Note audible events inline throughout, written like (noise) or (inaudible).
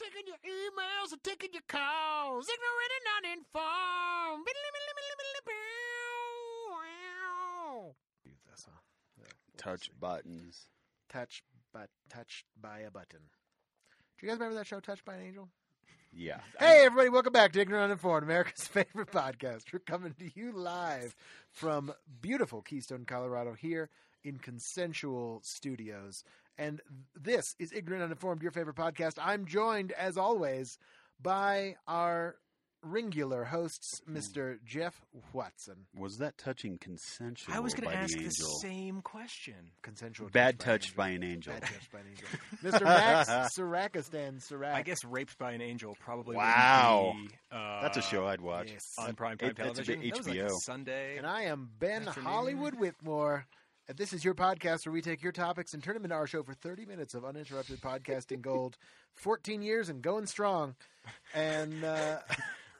taking your emails and taking your calls. Ignorant and uninformed. That's all. Yeah. Touch buttons. Touch but touched by a button. Do you guys remember that show, Touched by an Angel? Yeah. Hey, everybody, welcome back to Ignorant Uninformed, America's (laughs) favorite podcast. We're coming to you live from beautiful Keystone, Colorado, here in Consensual Studios. And this is Ignorant Uninformed, your favorite podcast. I'm joined, as always, by our ringular hosts, Hmm. Mr. Jeff Watson. Was that touching consensual? I was going by to ask the the angel? same question. Consensual. Bad touch touched by an angel. Bad touched by an angel. Mr. (laughs) Max Sarakistan Sarak. I guess raped by an angel probably. Wow. wouldn't be, uh, That's a show I'd watch. Yes. on primetime It- it's a television. bit That was like a HBO. Sunday. And I am Ben Afternoon. Hollywood Whitmore. And this is your podcast where we take your topics and turn them into our show for 30 minutes of uninterrupted podcasting (laughs) gold. 14 years and going strong. And uh,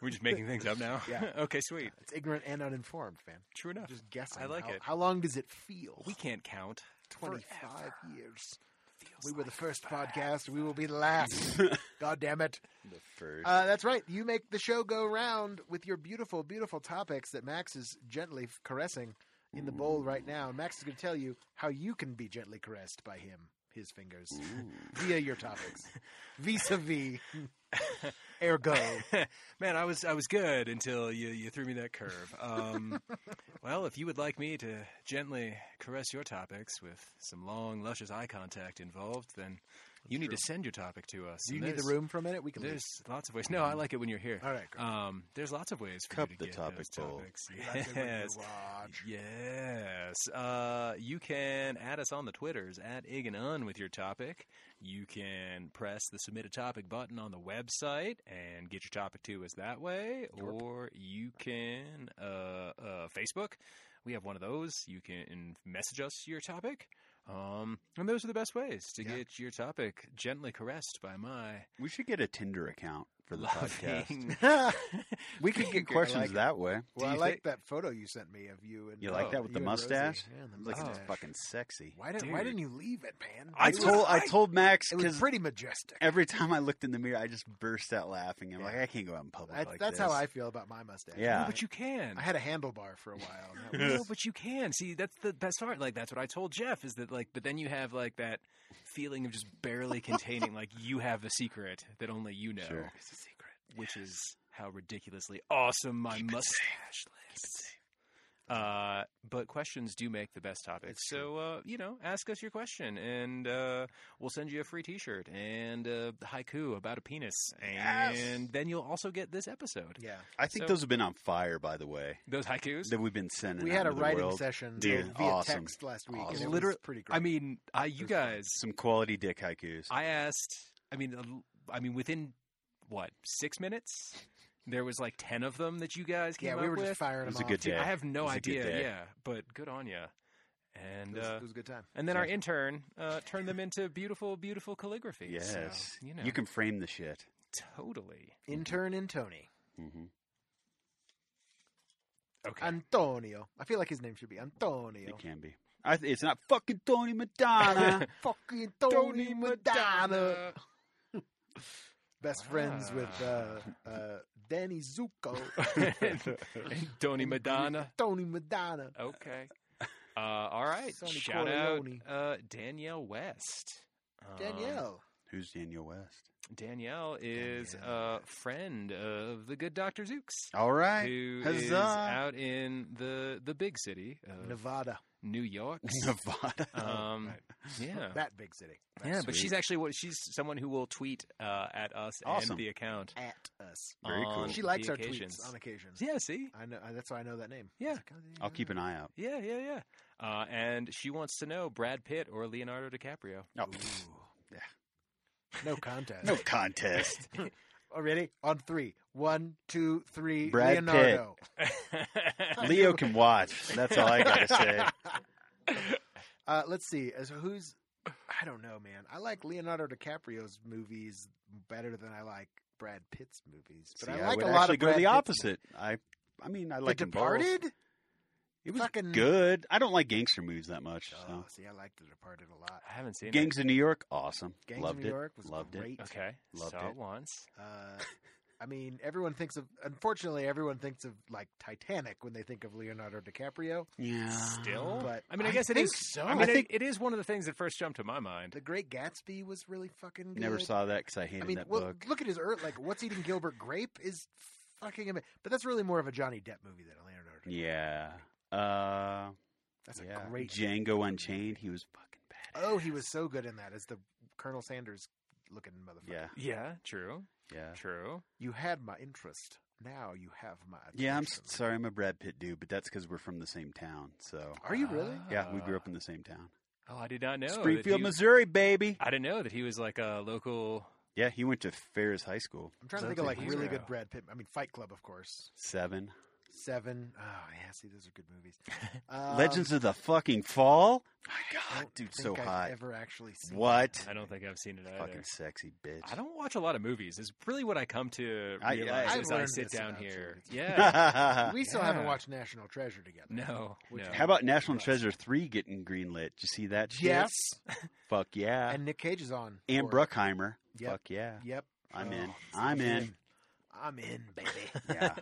We're just making things up now. Yeah. (laughs) okay, sweet. it's ignorant and uninformed, man. True enough. Just guessing. I like How- it. How long does it feel? we can't count. 25 forever. years. Feels We were the like first forever. podcast. We will be the (laughs) last. God damn it. The first. Uh, that's right. You make the show go round with your beautiful, beautiful topics that Max is gently f- caressing in the bowl right now. And Max is going to tell you how you can be gently caressed by him, his fingers, via your topics, vis a (laughs) vis, ergo. Man, I was I was good until you, you threw me that curve. Um, (laughs) well, if you would like me to gently caress your topics with some long, luscious eye contact involved, then you need to send your topic to us. Do you And need the there's- room for a minute? We can leave. There's lots of ways. No, I like it when you're here. All right, (laughs) great. Um, there's lots of ways for Cup you to the get topic those bowl. topics. That's it when you (laughs) Yes. watch. Yes. Uh, you can add us on the Twitters at Ig and Un with your topic. You can press the submit a topic button on the website and get your topic to us that way. Or you can uh, uh, Facebook. We have one of those. You can message us your topic. Um, and those are the best ways to Yeah. get your topic gently caressed by my we should get a Tinder account for the (laughs) podcast. loving (laughs) We could Finger, get I questions like it. that way. Well, I you like think- that photo you sent me of you and You like Oh, that with the you and Rosie. mustache? Yeah, and the Look at mustache. that, fucking sexy. Oh. Why, did, why Dude. didn't you leave it, man? I It was- told I told Max It was because pretty majestic. every time I looked in the mirror, I just burst out laughing. I'm like, I can't go out in public That's- like that's this. how I feel about my mustache. Yeah. but you can. I had a handlebar for a while. and that (laughs) no, (laughs) was- but you can see that's the best part. Like that's what I told Jeff is that like, but then you have like that feeling of just barely containing, like you have the secret that only you know, Sure. it's a secret. which is how ridiculously awesome my mustache is. Uh, but questions do make the best topics. It's So uh, you know, ask us your question, and uh, we'll send you a free T-shirt and a haiku about a penis, and Yes. then you'll also get this episode. Yeah. I think So- those have been on fire, by the way. Those haikus. That we've been sending. we had out a into the writing world. session uh, Dude, via awesome. text last week. Awesome. And it was Literally- pretty great. I mean, I Those you are- guys. Some quality dick haikus. I asked. I mean, l- I mean, within what six minutes, there was like ten of them that you guys came yeah, up we were with. just firing It was them a good off. day. Dude, I have It no was a good idea. day. Yeah, but good on you. And It was, uh, it was a good time. and then our Yeah. intern uh, turned them into beautiful, beautiful calligraphy. yes. So, you know, You can frame the shit. totally. Intern and Tony. hmm Okay. Antonio. I feel like his name should be Antonio. (laughs) It can be. I th- it's not fucking Tony (laughs) Madonna. Fucking Tony, Madonna. Madonna. Best friends with uh, uh, Danny Zuko. and, (laughs) Tony Madonna. Tony Madonna. Okay. Uh, all right. Sonny Shout Corleone. out uh, Danielle West. Um, Danielle. Who's Daniel West? Danielle is Danielle. a friend of the good Dr. Zooks, All right. who is Huzzah. out in the the big city of Nevada. New York. (laughs) (laughs) Nevada. Um, yeah. That big city. yeah, but sweet. she's actually what she's someone who will tweet uh, at us Awesome. and the account. At us. Very cool. on She likes the our occasions. tweets on occasion. Yeah, see, I know. That's why I know that name. Yeah. It's like, oh, I'll keep an eye out. yeah, yeah, yeah. Uh, and she wants to know Brad Pitt or Leonardo DiCaprio. (laughs) Oh, No contest. no (laughs) contest. Already on three. One, two, three. Brad Leonardo. Leo can watch. That's all I (laughs) gotta say. Uh, let's see. As who's? I don't know, man. I like Leonardo DiCaprio's movies better than I like Brad Pitt's movies. But See, I like would a lot actually of go Brad the Pitt's opposite. I, I mean, I like the them both. Departed. It was Fucking- good. I don't like gangster movies that much. Oh, So. see, I liked The Departed a lot. I haven't seen Gangs of New York, awesome. Gangs Loved of New it. York was Loved it. great. it. Okay, Loved saw it. it. once. Uh, I mean, everyone thinks of. Unfortunately, everyone thinks of like Titanic when they think of Leonardo DiCaprio. Yeah. Uh-huh. Still, but I mean, I I guess it think is. so. I mean, I it- think- it is one of the things that first jumped to my mind. The Great Gatsby was really fucking. Good. Never saw that because I hated I mean, that well, book. look at his earth. Like, what's eating Gilbert Grape is fucking amazing. But that's really more of a Johnny Depp movie than a Leonardo. DiCaprio. Yeah. Uh, that's yeah. a great. Django Unchained. He was fucking bad. Oh, he was so good in that as the Colonel Sanders looking motherfucker. Yeah. Yeah, true, Yeah. true. You had my interest. Now you have my. Attention. Yeah, I'm s- sorry, I'm a Brad Pitt dude, but that's because we're from the same town. So, Are you really? yeah, we grew Ah. up in the same town. Oh, I did not know. that Springfield, he- Missouri, baby. I didn't know that he was like a local. Yeah, he went to Ferris High School. I'm trying to So think of like it's a really hero. good Brad Pitt. I mean, Fight Club, of course. Seven. Seven. Oh yeah, see, those are good (laughs) movies. Um, Legends of the fucking Fall. My I God, don't dude, think so I've hot. Ever actually seen What? I don't think I've seen it either. Fucking sexy bitch. I don't watch a lot of movies. It's really what I come to I- realize I've as I learned sit this down about you. (laughs) here. It's- Yeah. that. We still haven't Yeah. watched National Treasure together. No, Which- no. How about National Treasure three getting greenlit? Did you see that? Shit? Yes. Uh, Fuck yeah. And, And Nick Cage is on. for it. Bruckheimer. Yep. Fuck yeah. Yep. I'm in. Oh, I'm in. I'm in, (laughs) baby. Yeah.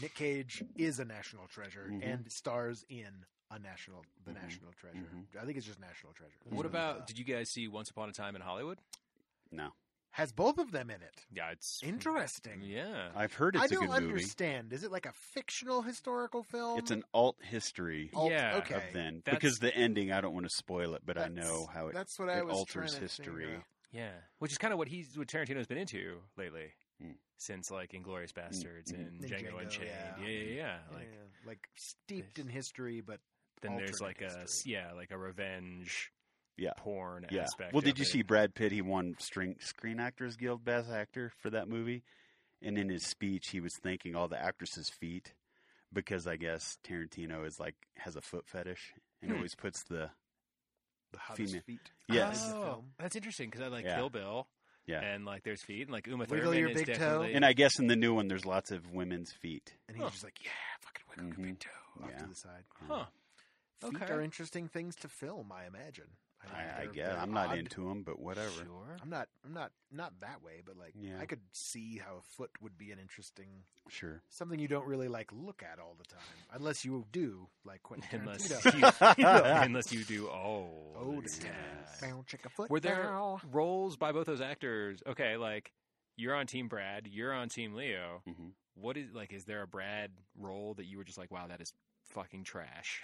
Nick Cage is a national treasure Mhm. and stars in a national the Mhm. national treasure. I think it's just national treasure. What Uh, about? Did you guys see Once Upon a Time in Hollywood? No, has both of them in it? Yeah, it's Interesting. Yeah, I've heard it's I a don't good movie. understand. Is it like a fictional historical film? It's an alt history Alt- Yeah. Okay. of then That's- because the ending. I don't want to spoil it, but I know That's- how it. that's what I it was alters trying to figure history. out. yeah. Which is kind of what he's what Tarantino's been into lately, Mm. since like Inglorious Bastards mhm. and And Django, Django, Unchained. yeah. Yeah, yeah, yeah. Yeah, Like like steeped in history, but then there's like alternate a history. yeah, like a revenge, Yeah. porn Yeah. aspect. Well, did of you it. see Brad Pitt? He won String, Screen Actors Guild Best Actor for that movie, and in his speech, he was thanking all the actresses' feet because I guess Tarantino is like has a foot fetish and Hmm. always puts the the hottest Female. feet. Yes. in the Oh, film. that's interesting because I like Yeah. Kill Bill. Yeah. and like there's feet and like Uma Wiggle Thurman your is big toe. definitely And I guess in the new one, there's lots of women's feet. And he's Huh. just like, yeah, fucking wiggle your Mhm. big toe off Yeah. to the side. huh. Feet Okay. are interesting things to film, I imagine. I, I they're guess very I'm not odd. into them, but whatever. Sure. I'm not. I'm not. Not that way, but like, Yeah. I could see how a foot would be an interesting (laughs) Sure. something you don't really like look at all the time, unless you do like Quentin Unless Tarantino. you, (laughs) (laughs) unless you do all Oh, the damn. time. Bound chick a foot. Were there now. roles by both those actors? Okay, like you're on Team Brad, you're on Team Leo. hmm What is like? Is there a Brad role that you were just like, wow, that is fucking trash?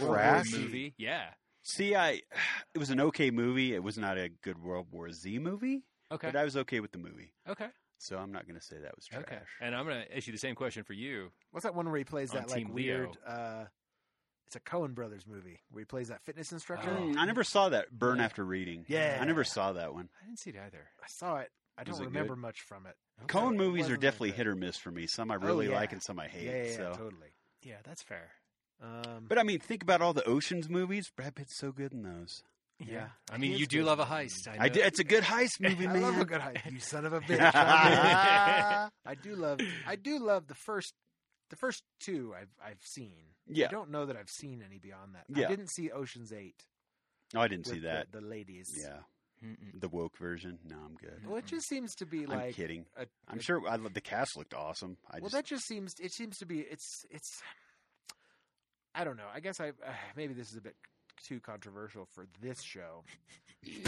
Or a Trash? movie? Yeah. See, I (sighs) it was an okay movie. It was not a good World War Z movie, Okay. but I was okay with the movie. okay. So I'm not going to say that was trash. Okay. And I'm gonna issue the same question for you. What's that one where he plays On that like Team Leo. weird? uh It's a Cohen Brothers movie where he plays that fitness instructor. Oh. Mm, I never saw that Burn After Reading. Yeah. I never saw that one. I didn't see it either. I saw it. I Was don't it remember much from it. Okay. Cohen it movies are wasn't that definitely good. hit or miss for me. Some I really yeah. like and some I hate. yeah, yeah, so. yeah, totally. Yeah, that's fair. Um, But I mean, think about all the Oceans movies. Brad Pitt's so good in those. Yeah. I mean, He you is do good. love a heist. I, know. I did, it's a good heist movie, (laughs) I man. love a good hype. You son of (laughs) a bitch. I do love. I do love the first. The first two I've I've seen. Yeah. I don't know that I've seen any beyond that. I Yeah. didn't see Ocean's Eight. Oh, I didn't with see that. The, the ladies. yeah. Mm-mm. The woke version. No, I'm good. Well, it just seems to be like. I'm kidding. a- I'm a- sure I, lo- the cast looked awesome. I well, just (laughs) that just seems. It seems to be. It's it's. I don't know. I guess I uh, maybe this is a bit too controversial for this (laughs) show,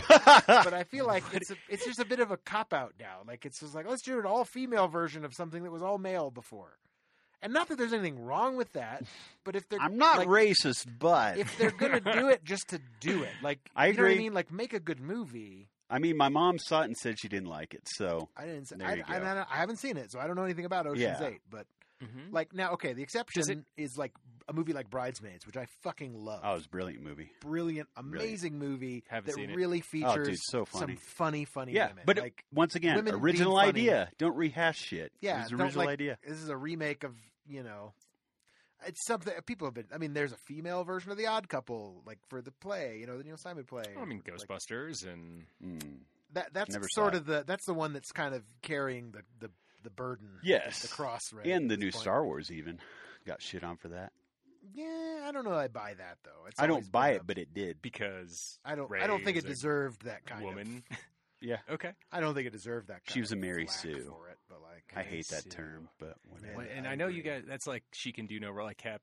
but I feel like it's a, it's just a bit of a cop out now. Like it's just like let's do an all female version of something that was all male before, and not that there's anything wrong with (laughs) that, but if they're I'm not like, racist, but if they're gonna do it just to do (laughs) it, like I you know what agree. I mean, like make a good movie. I mean, my mom saw it and said she didn't like it. So I didn't. Say, There I, you I, go. I, I haven't seen it, so I don't know anything about Ocean's Yeah. Eight. But Mm-hmm. Mhm. like now, okay, the exception Does is it- like a movie like Bridesmaids, which I fucking love. oh, it was a brilliant movie. brilliant, amazing movie Haven't that seen it. really features oh, dude, so funny. some funny, funny yeah, women. but it- like once again, women being original funny. idea. Don't rehash shit. Yeah, it was don't, original like- idea. this is a remake of you know it's something people have been i mean there's a female version of the odd couple like for the play you know the neil simon play Well, I mean, Like, Ghostbusters and Mm. that, that's Never sort saw of the that's the one that's kind of carrying the the, the burden Yes. the cross right and at the this new point. Star Wars even got shit on for that. Yeah, I don't know. I buy that though. It's I always don't been buy it, a- but it did. because I don't. I don't think Ray's it a deserved that kind woman. Yeah, Of, (laughs) (laughs) okay. of. I don't think it deserved that. Kind She was of a Mary flack Sue. for it, but like I hate that Sue. term, but whatever. Well, Yeah, and I I, know you agree. guys. That's like she can do no wrong. Like Cap.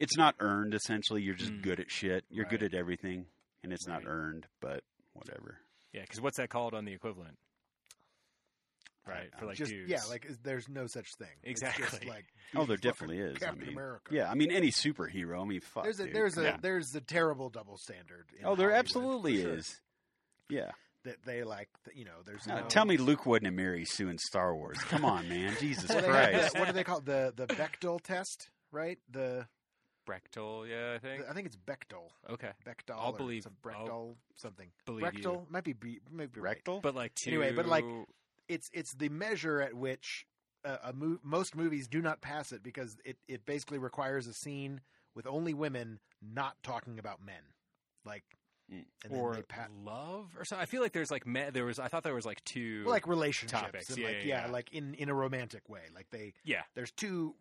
It's not earned. Essentially, you're just Mm. good at shit. You're good Right. at everything, and it's Right. not earned. But (laughs) whatever. Yeah, because what's that called on the equivalent? I- Right I for like just dudes. yeah, like is- there's no such thing. It's just, Exactly. like Oh, there dude, fucking definitely is. I Captain mean, America. Yeah, I mean any superhero. I mean, fuck. There's a dude. there's a Yeah. there's a terrible double standard. in Oh, there Hollywood, absolutely for sure, is. Yeah. that they like. th- You know, there's Uh, no, tell me Luke wasn't a Mary Sue in Star Wars. Come (laughs) on, man. Jesus Well, they have the- Christ. what do they call it? the the Bechdel test? Right? The, Brechtel. Yeah, I think. the- I think it's Bechdel. Okay, Bechdel. I'll or believe- some I'll Brechtel something. believe you. Brechtel might be B, might be right. Rectal. But like (laughs) to, Anyway, but, like, it's it's the measure at which uh, a mo- most movies do not pass it because it, it basically requires a scene with only women not talking about men, like Mm. and then or they pa- love or something. I feel like there's like me- there was. I thought there was like two. well, like relationships, topics, and yeah, like yeah, yeah. like in in a romantic way. Like they Yeah. there's two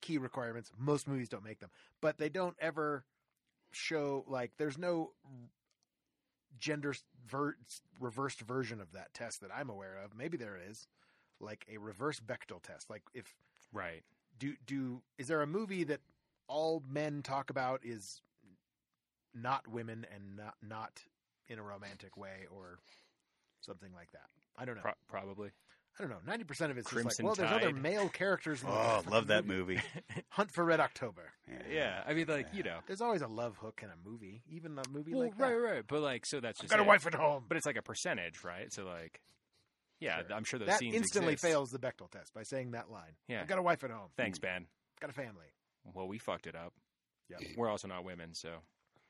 key requirements. Most movies don't make them, but they don't ever show like there's no gender s- ver- reversed version of that test that I'm aware of. Maybe there is like a reverse Bechdel test. Like if right. do do is there a movie that all men talk about is not women and not not in a romantic way or something like that? I don't know. Pro- probably. I don't know. Ninety percent of it's just like, Crimson well, there's other Tide. male characters. In the Oh, fucking love that movie. movie. Hunt for Red October. Yeah, I mean, like you know. There's always a love hook in a movie, even a movie Well, like that. right, right. But like, so that's I've just got a it. wife at home. But it's like a percentage, right? So like, yeah, Sure. I'm sure those that scenes instantly exist. fails the Bechtel test by saying that line. Yeah. I've got a wife at home. Thanks, Ben. I've got a family. Well, we fucked it up. Yep. We're also not women, so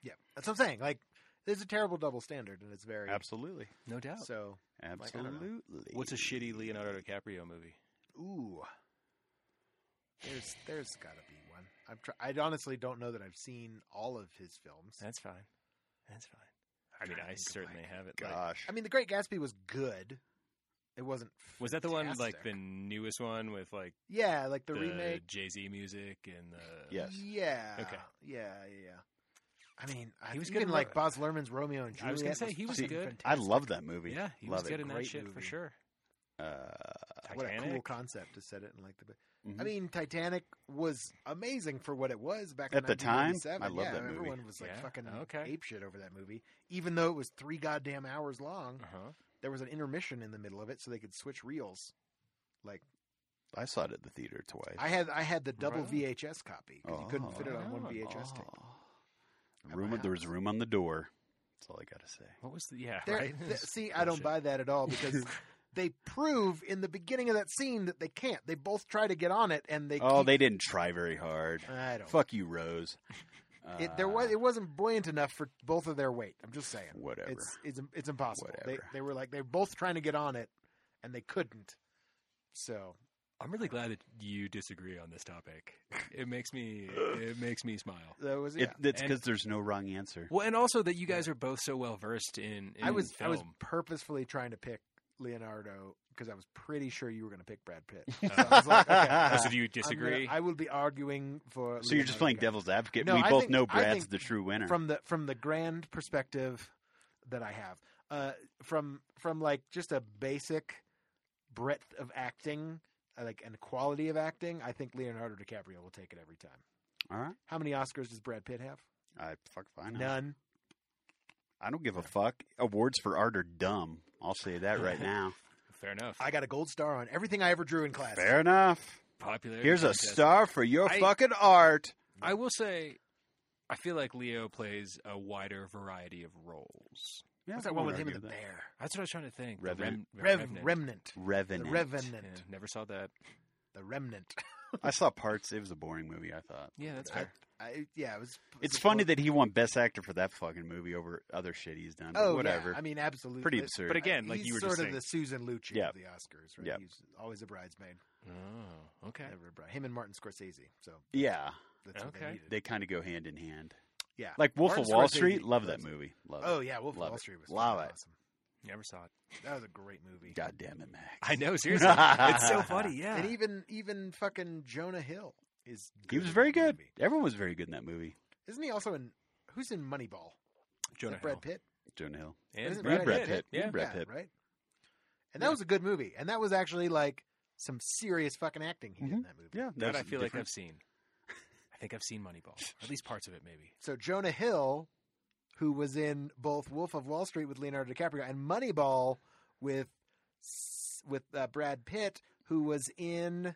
Yeah, that's what I'm saying. Like, there's a terrible double standard, and it's very Absolutely. no doubt. so. Like, I don't know. Absolutely. What's a shitty Leonardo DiCaprio movie? Ooh, there's there's got to be one. I've tr- I honestly don't know that I've seen all of his films. That's fine. That's fine. oh I mean, trying to I think of, certainly like, have it. Like, Gosh. I mean, The Great Gatsby was good. It wasn't. was that the one like the fantastic. newest one with like yeah, like the, the, remake? Jay Z music and the Yes. Yeah. Okay. Yeah, yeah. yeah. I mean, I, He was was good even in like Ro- Baz Luhrmann's Romeo and Juliet. I was gonna say, he was fucking good. I fantastic. love that movie. yeah he love was good in that Great shit for movie. sure. Uh, What Titanic. a cool concept to set it in like the. mhm. I mean, Titanic was amazing for what it was back At in the time? 1997. I love yeah, that movie. Everyone was like Yeah, fucking okay. ape shit over that movie, even though it was three goddamn hours long. uh-huh. There was an intermission in the middle of it, so they could switch reels. Like I saw it at the theater twice. I had, I had the double Right. VHS copy because you couldn't fit it on one Oh. VHS tape. my Room, there was house. room on the door. That's all I got to say. What was (laughs) the yeah? There- right. th- see, I don't Bullshit. buy that at all because they prove in the beginning of that scene that they can't. They both try to get on it, and they oh, keep- they didn't try very hard. I don't. Fuck you, Rose. It, there was it wasn't buoyant enough for both of their weight. I'm just saying. Uh, Whatever. It's it's it's impossible. They, Whatever. they were like they were both trying to get on it, and they couldn't. So (laughs) I'm really glad that you disagree on this topic. It makes me it makes me smile. that was yeah. It, That's And- because there's no wrong answer. Well, and also that you guys are both so well versed in, in I was film. I was purposefully trying to pick Leonardo because I was pretty sure you were going to pick Brad Pitt. So I was like, (laughs) okay, Oh, I'm so do you gonna- disagree? Uh, I will be arguing for. So you're just playing Leonardo devil's advocate. No, we I both think- know I Brad's think the true winner. DiCaprio. from the from the grand perspective that I have. Uh, from from like just a basic breadth of acting, uh, like and quality of acting, I think Leonardo DiCaprio will take it every time. All right, How many Oscars does Brad Pitt have? I fuck fine. None. I don't give a fuck. Awards for art are dumb. I'll say that (laughs) right now. Fair enough. I got a gold star on everything I ever drew in class. Fair enough. Popularity Here's a contest. star for your I- fucking art. I will say, I feel like Leo plays a wider variety of roles. Yeah, What's that I one with won't him and the argue that. bear? That's what I was trying to think. The Revenant. Rem- Rev, Revenant. Remnant. Revenant. The Revenant. Yeah, never saw that. The Remnant. (laughs) I saw parts. It was a boring movie. I thought Yeah, that's I- fair. (laughs) I, yeah, it was. it's funny that he won Best Actor for that fucking movie over other shit he's done. but Oh, yeah, whatever. I mean, absolutely. Pretty absurd. but again, like He's you were sort just of saying. the Susan Lucci Yeah. of the Oscars, right? Yeah. He's always a bridesmaid. oh, okay. Never a bride. Him and Martin Scorsese. So yeah, that's what Okay. they needed. they kind of go hand in hand. yeah. Like Wolf Martin of Wall Scorsese Street. Love that was- movie. Love Oh yeah, Wolf of Love Wall it. Street was Love fucking it. awesome. Never saw it. That was a great movie. it. God damn it, Max. (laughs) I know, seriously. it's so funny, yeah. And even even fucking Jonah Hill. is He was in very that good. movie. Everyone was very good in that movie. Isn't he also in? Who's in Moneyball? Jonah Is that Brad Hill. Pitt. Jonah Hill. Isn't and Brad Brad, Pitt. Pitt? Yeah. Brad Pitt. right. And that was a good movie, and that was actually like some serious fucking acting Mm-hmm. he did in that movie. Yeah, That was I feel like different. I've seen. I think I've seen Moneyball, or at least parts of it, maybe. So Jonah Hill, who was in both Wolf of Wall Street with Leonardo DiCaprio and Moneyball with s- with uh, Brad Pitt, who was in.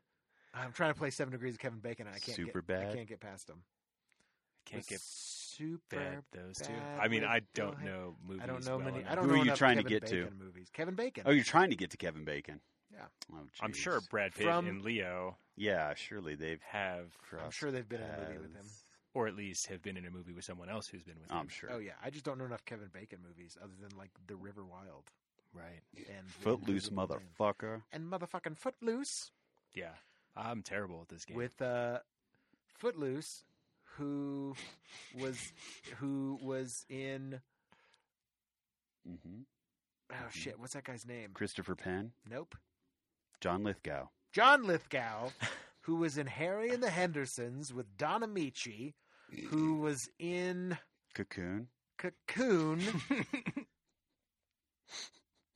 I'm trying to play Seven Degrees of Kevin Bacon, and I can't. get, Superbad. I can't get past him. I can't get super. bad those two. bad I mean, with I Bill don't Hader. know movies. I don't know well many. I enough. don't Who know are you enough trying to Kevin get to? Bacon Movies. Kevin Bacon. Oh, you're trying to get to Kevin Bacon. Yeah. Oh, I'm sure jeez. Brad Pitt From- and Leo Yeah, surely they've. have, I'm crossed sure they've been in a movie with him. paths. or at least have been in a movie with someone else who's been with him. I'm sure. Oh yeah, I just don't know enough Kevin Bacon movies other than like The River Wild Right. and Footloose Invisible Man. motherfucker. and motherfucking Footloose Yeah. I'm terrible at this game. with uh, Footloose, who was who was in hmm oh shit, what's that guy's name? Christopher Penn, Nope, John Lithgow. John Lithgow, who was in Harry and the Hendersons with Don Amici, who was in Cocoon. (laughs) Cocoon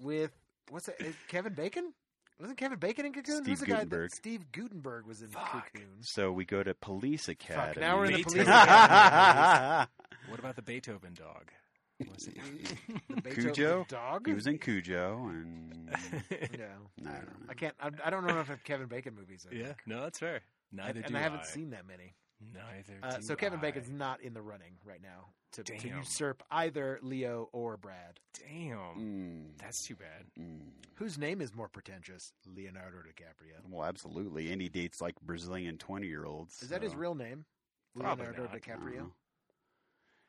with what's that? is Kevin Bacon? Wasn't Kevin Bacon in Cocoon? Steve Who's the guy that- Guttenberg. Steve Gutenberg was in Fuck. Cocoon. So we go to police academy. now we're in the (laughs) Beethoven. police academy. what about the Beethoven dog? (laughs) Was it- (laughs) The Beethoven Cujo? dog. he was in Cujo, (laughs) and No, I don't know. I can't. I, I don't know enough of Kevin Bacon movies. I yeah. think. No, that's fair. Neither and, do I haven't I. seen that many. Neither. Uh, do so Kevin I. Bacon's not in the running right now to, to Damn. usurp either Leo or Brad. Damn. Mm, That's too bad. mm. Whose name is more pretentious? Leonardo DiCaprio. Well, absolutely. And he dates like Brazilian twenty-year-olds. Uh, Is that his so- real name? Uh, Probably Leonardo not. Mm. I don't DiCaprio. know.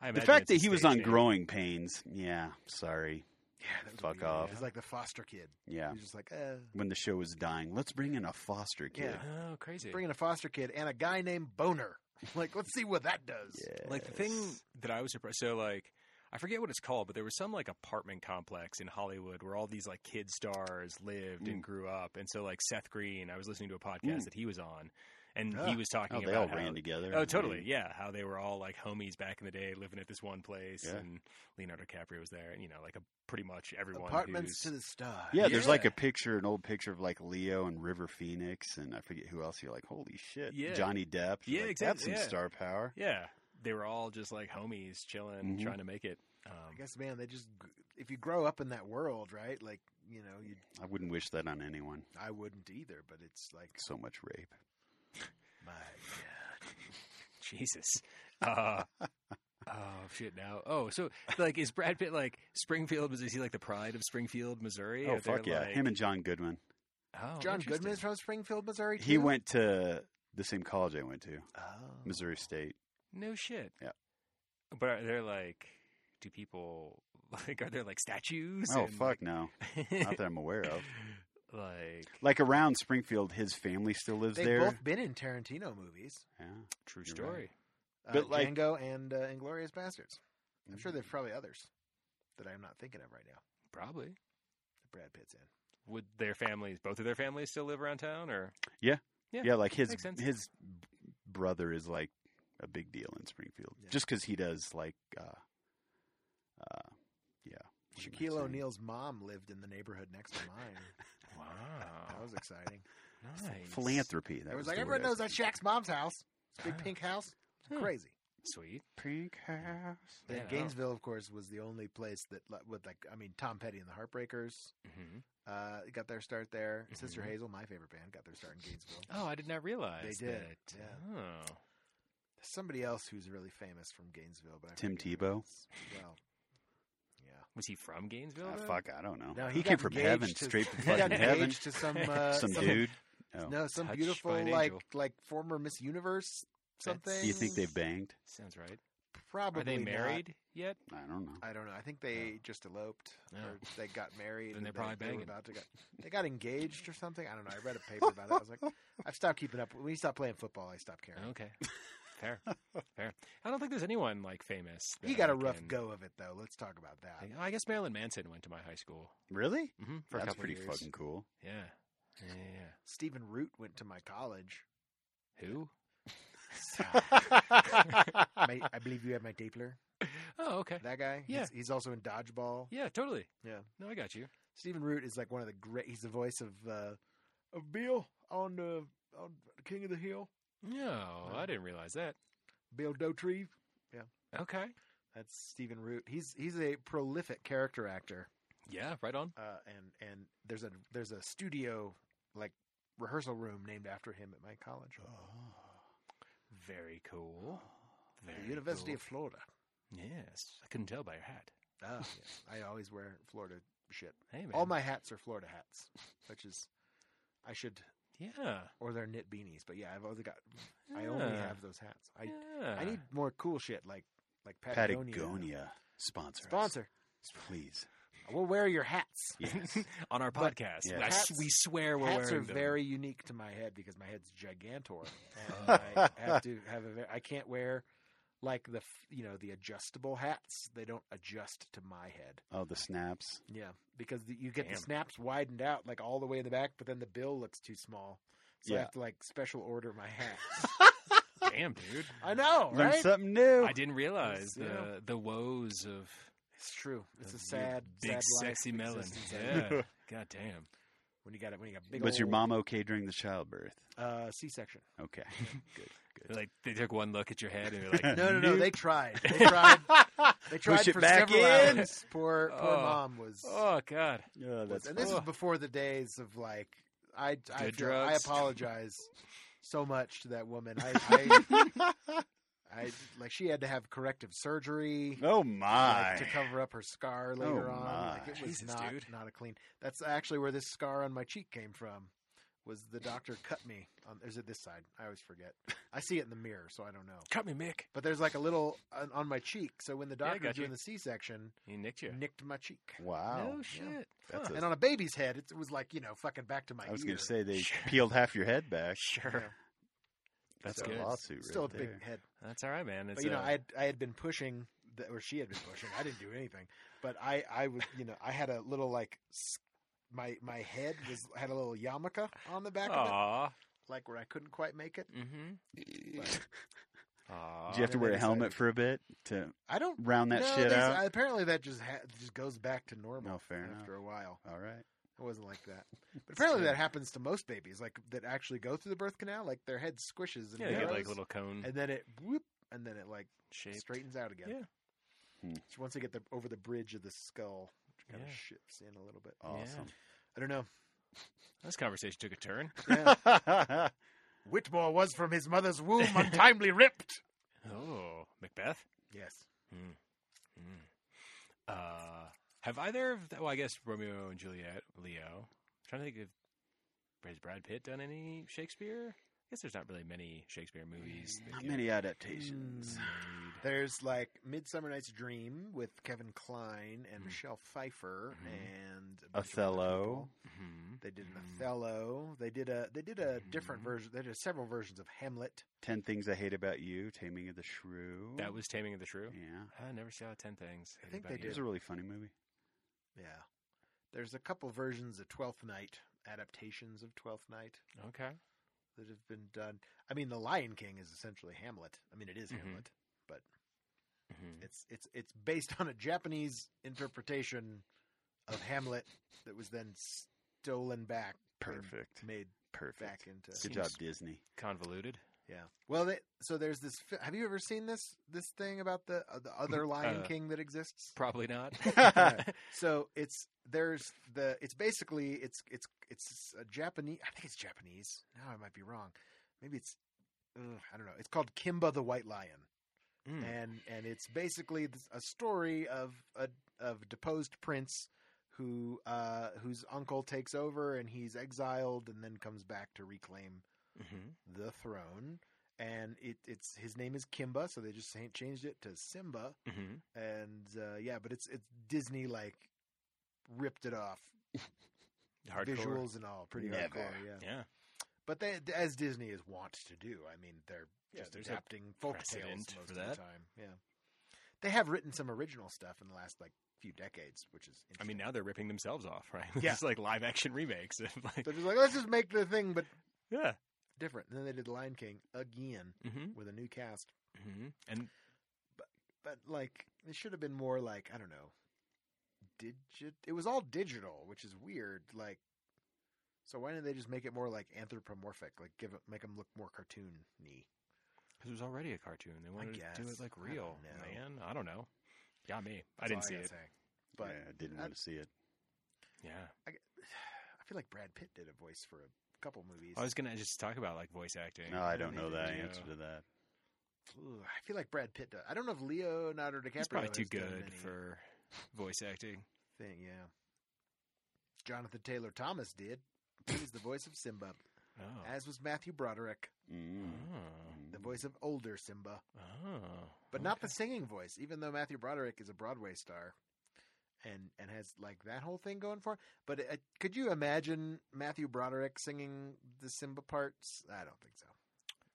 I The imagine fact it's a that he was stage on name. Growing Pains. Yeah, sorry. Yeah, that was Fuck weird. off. He's like the foster kid. Yeah, He's just like, uh, when the show was dying, let's bring in a foster kid. Yeah. Oh, crazy. bring in a foster kid and a guy named Boner. (laughs) Like, let's see what that does. Yes. Like the thing that I was surprised. So like I forget what it's called, but there was some like apartment complex in Hollywood where all these like kid stars lived and grew up. And so like Seth Green, I was listening to a podcast Mm. that he was on, and Ah. he was talking Oh, about they all how- ran together. Oh, totally. Mm. Yeah, how they were all like homies back in the day, living at this one place, Yeah. and Leonardo DiCaprio was there, and you know, like a, pretty much everyone. Apartments who's- to the stars. Yeah, there's like Yeah. a picture, an old picture of like Leo and River Phoenix, and I forget who else. You're like, holy shit, Yeah. Johnny Depp. Yeah, You're like, That's exactly, some yeah. star power. yeah, they were all just like homies, chilling, Mhm. trying to make it. Um, I guess, man, they just if you grow up in that world, right? Like, you know, you I wouldn't wish that on anyone. I wouldn't either, but it's like So much rape. my God. (laughs) Jesus. Uh, oh shit! Now, oh, so like, is Brad Pitt like Springfield? Is he like the pride of Springfield, Missouri? oh Are there, fuck yeah, like- him and John Goodman. oh, John interesting. Goodman is from Springfield, Missouri. He too? went to the same college I went to, Oh. Missouri State. No shit. Yeah. But are there like? Do people (laughs) like? Are there like statues? Oh and, fuck no, not that I'm aware of. (laughs) like Like around Springfield, his family still lives They've there. both been in Tarantino movies, Yeah. true You're story. right. uh, But, like- Mm-hmm. Django and uh, Inglorious Bastards. I'm sure (laughs) there's probably others that I'm not thinking of right now. Probably. That Brad Pitt's in. Would their families, both of their families, still live around town? Or yeah. Yeah. like his Makes sense. his brother is like a big deal in Springfield, Yeah. just because he does like, uh, uh, yeah. what am I Shaquille saying? O'Neal's mom lived in the neighborhood next to mine. wow, (laughs) that was exciting. nice. philanthropy. That It was the like word everyone I knows that Shaq's mom's house. It's a big Ah. pink house. It's Hmm. crazy. Sweet. Pink house. And Yeah. Gainesville, of course, was the only place that li- with like I mean Tom Petty and the Heartbreakers hmm uh, got their start there. Mm-hmm. Sister Mhm. Hazel, my favorite band, got their start in Gainesville. Oh, I did not realize They did, that. yeah. Oh, Somebody else who's really famous from Gainesville, but I Tim forget who it Tebow? is. (laughs) Well, yeah, was he from Gainesville? Ah, though? fuck, I don't know. No, he he came got from engaged heaven, to- straight from (laughs) he he got fucking heaven. engaged to (laughs) some uh, Some some- dude. Oh. No, some Touched beautiful by an like angel. like former Miss Universe something. That's- Do you think they banged? Sounds right. Probably Are they not. married yet? I don't know. I don't know. I think they just eloped Yeah. or they got married. Then they're and probably they, they were banging. about to get, they got engaged or something. I don't know. I (laughs) read a paper about it. I was like, I've stopped keeping up. When you stop playing football, I stopped caring. (laughs) Okay. Fair. Fair. I don't think there's anyone like famous. He that got I a rough can go of it, though. Let's talk about that. think- I guess Marilyn Manson went to my high school Really? mm-hmm, for a That's couple pretty years. fucking cool. Yeah. Yeah. yeah, yeah. (laughs) Stephen Root went to my college. Who? My, I believe you have my Dapler. (laughs) Oh, okay. That guy. Yeah. He's, he's also in Dodgeball. Yeah, totally. Yeah. No, I got you. Stephen Root is like one of the great. He's the voice of uh, of Bill on uh, on King of the Hill. No, I didn't realize that. Bill Dotrieve. Okay. That's Stephen Root. He's he's a prolific character actor. Yeah, right on. uh, and and there's a there's a studio like rehearsal room named after him at my college, Very cool. Very the University cool. of Florida. Yes, I couldn't tell by your hat. Ah, yes. I always wear Florida shit. Hey man. All my hats are Florida hats, which is I should yeah. or they're knit beanies. But yeah, I've only got I only Yeah. have those hats. I yeah. I need more cool shit like like Patagonia. Patagonia sponsor. us. Sponsor. (laughs) please. We'll wear your hats. Yes. on our But- podcast. Yeah. I s- Hats- we swear we're hats wearing are them. very unique to my head because my head's gigantor. And (laughs) I have to have a. Very, I can't wear like the f- you know the adjustable hats. They don't adjust to my head. Oh, the snaps. Yeah, because the, you get Damn. the snaps widened out like all the way in the back, but then the bill looks too small. So I Yeah. have to like special order my hat. (laughs) (laughs) damn, dude. I know, Learn right? something new. (laughs) I didn't realize Yeah. the the woes of It's true. It's of a your sad, big sad life sexy melon. existence, I think. Yeah. God damn. When you got it, when you got big. Was your old, mom okay during the childbirth? Uh, C-section. (laughs) Okay. Good. Good. Like they took one look at your head and they're like, No, no, no. Nope. They tried. (laughs) They tried. They tried it for back several in. hours. Poor, poor Oh. mom was. oh god. (laughs) Yeah, was- that's oh. and this cool. is before the days of like. I I, Good feel- I drugs. apologize so much to that woman. I, (laughs) I, I like she had to have corrective surgery oh like, my. to cover up her scar later Oh, on. Like it my. was Jesus, not dude. not a clean. That's actually where this scar on my cheek came from. Was the doctor cut me? On, is it this side? I always forget. I see it in the mirror, so I don't know. Cut me, Mick. But there's like a little uh, on, on my cheek. So when the Yeah, I doctor was got you. doing the C-section, He nicked you. nicked my cheek. (laughs) Wow. No shit. That's Huh. a- And on a baby's head, it was like you know, fucking back to my. I was ear. going to say they Sure. peeled half your head back. You (laughs) Sure. know, That's That's good. a lawsuit right still a (laughs) there. big head. That's all right, man. It's but you know, uh, I had I had been pushing, the, or she had been pushing. I didn't do anything, but I I was you know I had a little like s- my my head was had a little yarmulke on the back of it, Aw. like where I couldn't quite make it. Mm-hmm. Did you have to then wear they a helmet decided- for a bit to I don't round that no, shit there's- out? Apparently, that just ha- just goes back to normal. No, fair after a while. All right. It wasn't like (laughs) that. But apparently, true. that happens to most babies, like that actually go through the birth canal. Like their head squishes and Yeah, you get like narrows, little cone and then it whoop, and then it like shape. straightens out again. Yeah. Hmm. So once they get the, over the bridge of the skull, it kind Yeah. of shifts in a little bit. Awesome. I don't know. This conversation took (laughs) a turn. Yeah. (laughs) Whitmore was from his mother's womb (laughs) untimely ripped. Oh, Macbeth. Yes. Mm. Uh, have either of the, well, I guess Romeo and Juliet, Leo. I'm trying to think if has Brad Pitt done any Shakespeare? I guess there's not really many Shakespeare movies. that Not get many adaptations. Mm. made. There's like Midsummer Night's Dream with Kevin Klein and Mhm. Michelle Pfeiffer Mhm. and a bunch of other Othello. people. Mhm. They did an Mhm. Othello. They did a they did a different Mhm. version. They did several versions of Hamlet. Ten Things I Hate About You, Taming of the Shrew. That was Taming of the Shrew. Yeah. I never saw Ten Things. I think Hated they About It You. was a really funny movie. Yeah. There's a couple versions of Twelfth Night adaptations of Twelfth Night Okay. that have been done. I mean, The Lion King is essentially Hamlet. I mean, it is Mhm. Mm-hmm. Hamlet. Mhm. It's it's it's based on a Japanese interpretation of Hamlet that was then stolen back, Perfect. made back Perfect. into Good Seems- job, Disney. Convoluted. yeah. Well, they, so there's this. fi- Have you ever seen this this thing about the uh, the other Lion Uh, King that exists? (laughs) Probably not. Mm. (laughs) So it's there's the it's basically it's it's it's a Japanese. I think it's Japanese. No, I might be wrong. Maybe it's ugh, I don't know. It's called Kimba the White Lion. Mm. and and it's basically th- a story of a of deposed prince who uh, whose uncle takes over and he's exiled and then comes back to reclaim Mhm. the throne. And it, it's his name is Kimba, so they just sa- changed it to Simba. Mhm. And uh, yeah, but it's it's Disney like ripped it off Hardcore. visuals and all pretty Never. hardcore. Yeah, Yeah. but they, as Disney is wont to do, I mean, they're Yeah, just there's a adapting folk tales precedent most for of that. the time. Yeah, they have written some original stuff in the last like few decades, which is I mean, interesting. now they're ripping themselves off, right? (laughs) Yeah. it's like live action remakes. (laughs) of, like, they're just like let's just make the thing, but yeah. different. And then they did Lion King again Mm-hmm. with a new cast. Mm-hmm. And But like it should have been more like I don't know, digit. It was all digital, which is weird. Like, so why didn't they just make it more like anthropomorphic? Like give it, make them look more cartoony. because it was already a cartoon, they wanted to do guess. it like I real. don't know. Man, I don't know. Got me. I That's all didn't see gotta it. say. But yeah, I didn't I- want to see it. Yeah, I, (sighs) I feel like Brad Pitt did a voice for a couple movies. I was gonna just talk about like voice acting. No, I don't know that Yeah. answer to that. Ugh, I feel like Brad Pitt. Does. I don't know if Leonardo DiCaprio. He's probably too has done good many for voice acting. thing. Yeah, Jonathan Taylor Thomas did. He was the voice of Simba, Oh. as was Matthew Broderick, Mm. Oh. the voice of older Simba, Oh. but not Okay. the singing voice. Even though Matthew Broderick is a Broadway star, and and has like that whole thing going for. Him. But uh, could you imagine Matthew Broderick singing the Simba parts? I don't think so.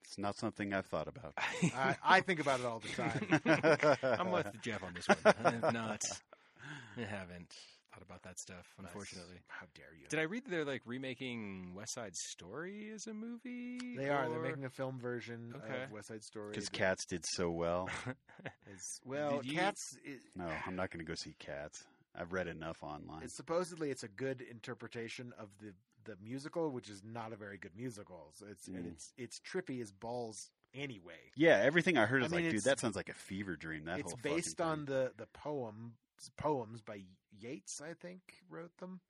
It's not something I've thought about. I, I think about it all the time. (laughs) (laughs) (laughs) I'm with Jeff on this one. I have not. I haven't thought about that stuff, unfortunately. That's- how dare you? Did I read that they're like remaking West Side Story as a movie? They are. They're or- making a film version Okay. of West Side Story. Because that Cats did so (laughs) well. is- well, Did you- Cats. It, No, I'm not going to go see Cats. I've read enough online. it's supposedly it's a good interpretation of the the musical, which is not a very good musical. So it's and Mm. it's it's trippy as balls anyway. Yeah, everything I heard I is mean, like, dude, it's- that sounds like a fever dream. That it's whole fucking based on thing. the the poem poems by Yeats, I think, wrote them,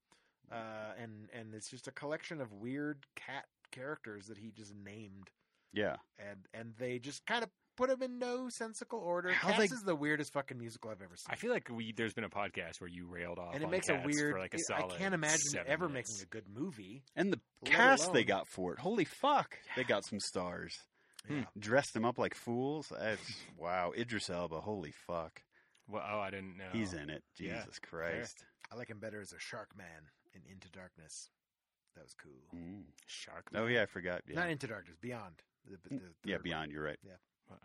uh, and and it's just a collection of weird cat characters that he just named, yeah. and and they just kind of put them in no sensical order. How Cats they- is the weirdest fucking musical I've ever seen. I feel like we there's been a podcast where you railed off, and it on makes Cats a weird. For like a I solid can't imagine seven ever minutes. making a good movie. And the Let cast they alone- got for it. Holy fuck. They got some stars. Hmm. Dressed them up like fools. That's, (laughs) wow. Idris Elba. Holy fuck. Well, oh, I didn't know. He's in it. Yeah, Jesus Christ. I like him better as a shark man in Into Darkness. That was cool. Mm. Shark. Oh, yeah, I forgot. Not Yeah, Into Darkness, Beyond. The, the, the yeah third Beyond. You're right. Man.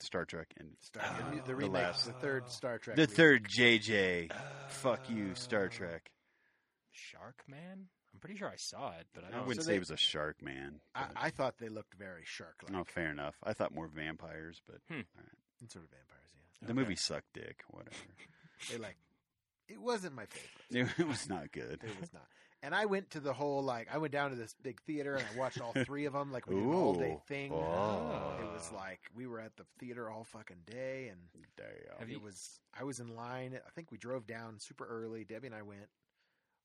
Star Trek. and Star, the, Oh. (sighs) the remake, Uh, last- Uh, the third Star Trek. The remake. third JJ. Fuck you, Star Trek. Uh, Shark Man. I'm pretty sure I saw it, but I I don't. wouldn't so say they- he was a shark man. I, but- I thought they looked very shark-like. no, fair enough. I thought more vampires, but And sort of vampires. Yeah, the movie sucked dick. Whatever. (laughs) they like. It wasn't my favorite. It, it was not good. It was not. And I went to the whole like I went down to this big theater and I watched (laughs) all three of them like we did an all day Ooh. thing. Oh. It was like we were at the theater all fucking day and Damn. Have it you- was I was in line. I think we drove down super early. Debbie and I went.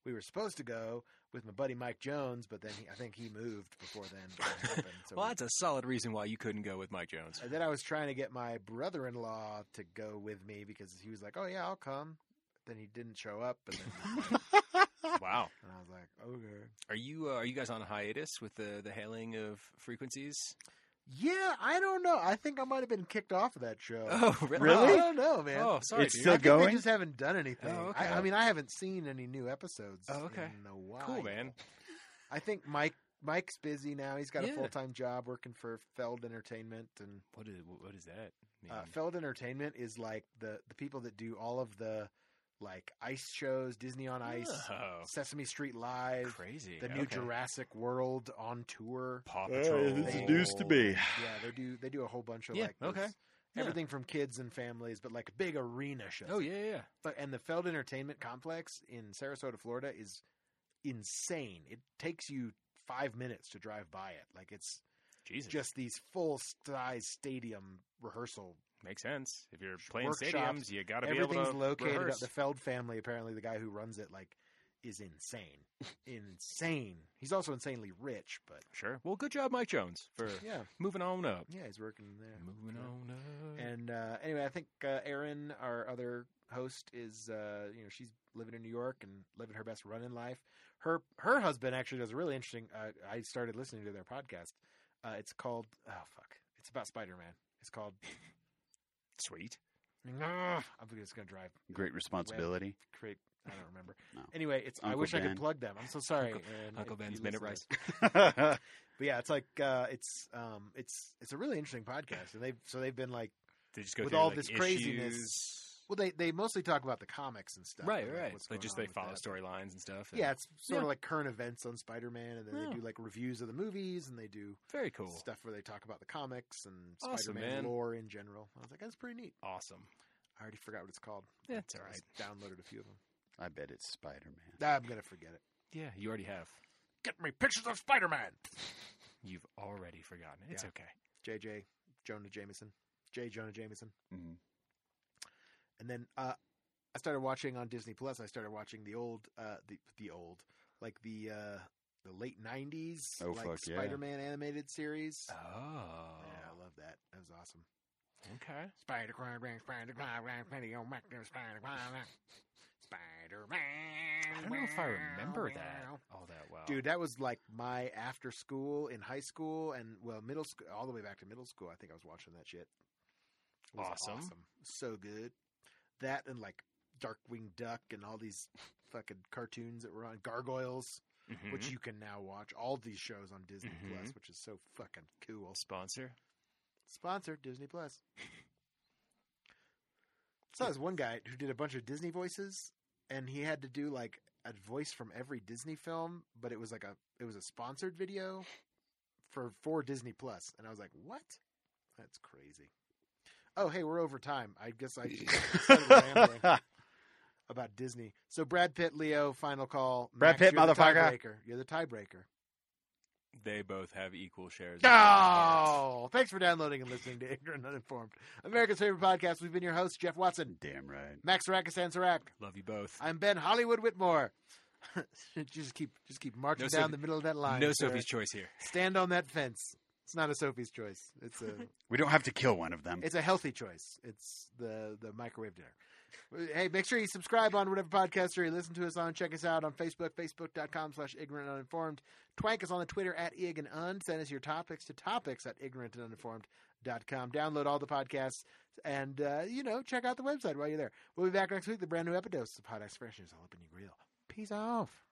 We were supposed to go with my buddy Mike Jones, but then he, I think he moved before then. but it happened, so (laughs) Well, we- that's a solid reason why you couldn't go with Mike Jones. and then I was trying to get my brother-in-law to go with me because he was like, "Oh yeah, I'll come." Then he didn't show up, and, then, wow. and I was like, "Okay." Are you uh, are you guys on a hiatus with the the hailing of frequencies? Yeah, I don't know. I think I might have been kicked off of that (laughs) show. re- I Oh. Really? don't know, man. Oh, sorry. It's dude. I still think going? They just haven't done anything. Oh, okay. I, I mean, I haven't seen any new episodes. Oh, okay. In a while. cool, man. I think Mike Mike's busy now. He's got Yeah. a full time job working for Feld Entertainment, and What is what is that? mean? uh, Feld Entertainment is like the the people that do all of the like ice shows, Disney on Ice, Oh, Sesame Street Live, crazy. the new okay. Jurassic World on (sighs) tour. Paw Yeah, Patrol. Oh, this is news to me. Yeah, they do they do a whole bunch of Yeah, like those- okay. Yeah. everything from kids and families, but like big arena shows. Oh yeah, yeah, yeah. But and the Feld Entertainment Complex in Sarasota, Florida, is insane. It takes you five minutes to drive by it. Like it's Jesus, just these full size stadium rehearsal. makes sense. If you're playing workshops, stadiums, you got to be able Everything's to located. rehearse. Up. The Feld family, apparently, the guy who runs it, like, is (laughs) insane. insane. He's also insanely rich, but Sure. Well, good job, Mike Jones, for (laughs) yeah, moving on up. yeah, he's working there. Moving on up. And uh, anyway, I think uh, Erin, our other host, is uh, you know she's living in New York and living her best run in life. Her her husband actually does a really interesting. Uh, I started listening to their podcast. Uh, it's called oh fuck, it's about Spider Man. It's called. Sweet. I'm just gonna drive Oh, Great responsibility. creep. I don't remember. No. Anyway, it's. I Uncle wish I Ben. could plug them. I'm so sorry, Uncle- Erin, Uncle if you listen Ben's Minute to (laughs) Rice. But yeah, it's like uh, it's um, it's it's a really interesting podcast, and they've so they've been like They just go With through, all like, this issues. craziness, Well, they they mostly talk about the comics and stuff. right, and, like, right. what's They going just on they with follow that. storylines and stuff. and- Yeah, it's sort Yeah. of like current events on Spider-Man, and then Yeah. they do like reviews of the movies, and they do very cool. stuff where they talk about the comics and Awesome, Spider-Man man. lore in general. I was like, that's pretty neat. Awesome. I already forgot what it's called. Yeah, it's I all right. just Downloaded a few of them. (laughs) I bet it's Spider Man. Nah, I'm gonna forget it. Yeah, you already have. Get me pictures of Spider-Man. You've already forgotten. It's Yeah. okay. JJ Jonah Jameson. J Jonah Jameson. hmm (laughs) And then uh, I started watching on Disney Plus. I started watching the old, uh, the the old, like the uh, the late '90s, Oh, like fuck yeah. Spider-Man animated series. Oh, Yeah, I love that. That was awesome. okay. Spider Clan, Spider Clan, Spider Mac, Spider Clan, Spider Man. I don't know if I remember that all that well, Dude, that was like my after school in high school and well, middle school, all the way back to middle school. I think I was watching that shit. It was Awesome. So good. That and like Darkwing Duck and all these fucking cartoons that were on Gargoyles, Mhm. which you can now watch. All these shows on Disney Plus, Mhm. which is so fucking cool. sponsor? Sponsored Disney Plus. So there's one guy who did a bunch of Disney voices, and he had to do like a voice from every Disney film, but it was like a it was a sponsored video for for Disney Plus, and I was like, what? That's crazy. Oh, hey, we're over time. I guess (laughs) I should start rambling about Disney. So Brad Pitt, Leo, final call. Brad Pitt, you're the motherfucker. tiebreaker. You're the tiebreaker. They both have equal shares. of Star Wars. Oh, thanks for downloading and listening to (laughs) Ignorant Uninformed, America's favorite podcast. We've been your hosts, Jeff Watson, (laughs) Damn right. Max Rakasan Sarak. love you both. I'm Ben Hollywood Whitmore. (laughs) just keep, just keep marching No down Sophie- the middle of that line. no sir. Sophie's choice here. Stand on that fence. It's not a Sophie's choice. It's a, We don't have to kill one of them. it's a healthy choice. It's the the microwave dinner. Hey, make sure you subscribe on whatever podcaster you listen to us on. Check us out on Facebook, facebook.com slash ignorant uninformed. Twank us on the Twitter at ig and un. Send us your topics to topics at ignorant and uninformed.com. Download all the podcasts and, uh, you know, check out the website while you're there. We'll be back next week with a brand new episode of Pod Expressions all up in your grill. Peace off.